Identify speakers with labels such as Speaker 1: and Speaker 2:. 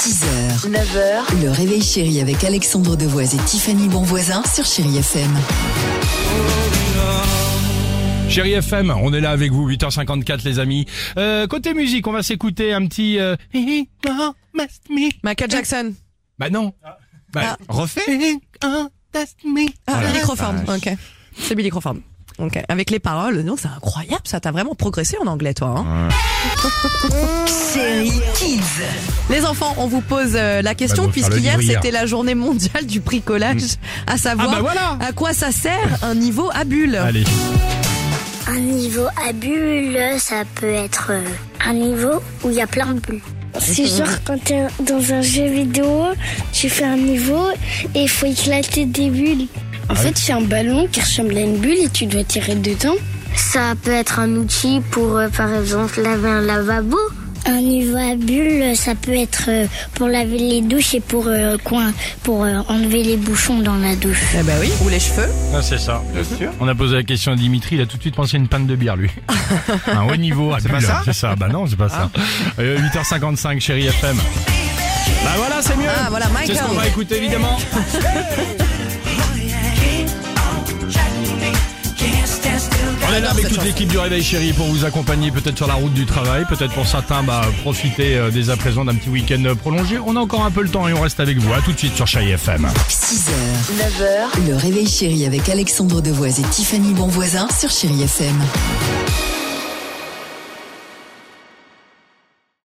Speaker 1: 6h, 9h, le réveil chéri avec Alexandre Devoise et Tiffany Bonvoisin sur Chéri FM.
Speaker 2: Chérie FM, on est là avec vous, 8h54 les amis. Euh, côté musique, on va s'écouter un petit... euh, He won't mess me.
Speaker 3: Michael Jackson.
Speaker 2: Bah non. Bah, refais. He won't test me.
Speaker 3: Ah,
Speaker 2: Voilà.
Speaker 3: Billy Crawford. Ok. C'est Billy Crawford. Ok. Avec les paroles, donc c'est incroyable, ça t'a vraiment progressé en anglais, toi. hein.
Speaker 1: Chéri Kids.
Speaker 3: Les enfants, on vous pose euh, la question
Speaker 2: Bah, on va faire le
Speaker 3: puisqu'hier
Speaker 2: livre hier.
Speaker 3: c'était la journée mondiale du bricolage, à savoir
Speaker 2: Ah, bah, voilà.
Speaker 3: à quoi ça sert un niveau à bulles.
Speaker 2: Allez.
Speaker 4: Un niveau à bulles, ça peut être euh, un niveau où il y a plein de bulles. C'est genre quand t'es dans un jeu vidéo, tu fais un niveau et il faut éclater des bulles. En fait, c'est un ballon qui ressemble à une bulle et tu dois tirer dedans. Ça peut être un outil pour, euh, par exemple, laver un lavabo. Un niveau à bulles, ça peut être euh, pour laver les douches et pour, euh, coin, pour euh, enlever les bouchons dans la douche.
Speaker 3: Eh ben oui. Ou les cheveux.
Speaker 2: Ah, c'est ça. On a posé la question à Dimitri, il a tout de suite pensé à une panne de bière lui. un haut niveau. C'est pas ça C'est ça, bah non, c'est pas ça. Euh, 8h55 chérie FM. Bah voilà, c'est mieux.
Speaker 3: Ah, voilà,
Speaker 2: C'est ce
Speaker 3: Michael.
Speaker 2: qu'on va écouter évidemment. On est là avec toute l'équipe du Réveil Chéri pour vous accompagner peut-être sur la route du travail, peut-être pour certains bah, profiter euh, dès à présent d'un petit week-end euh, prolongé. On a encore un peu le temps et on reste avec vous. À tout de suite sur Chai FM.
Speaker 1: 6h, 9h, le réveil chéri avec Alexandre Devoise et Tiffany Bonvoisin sur Chéri FM.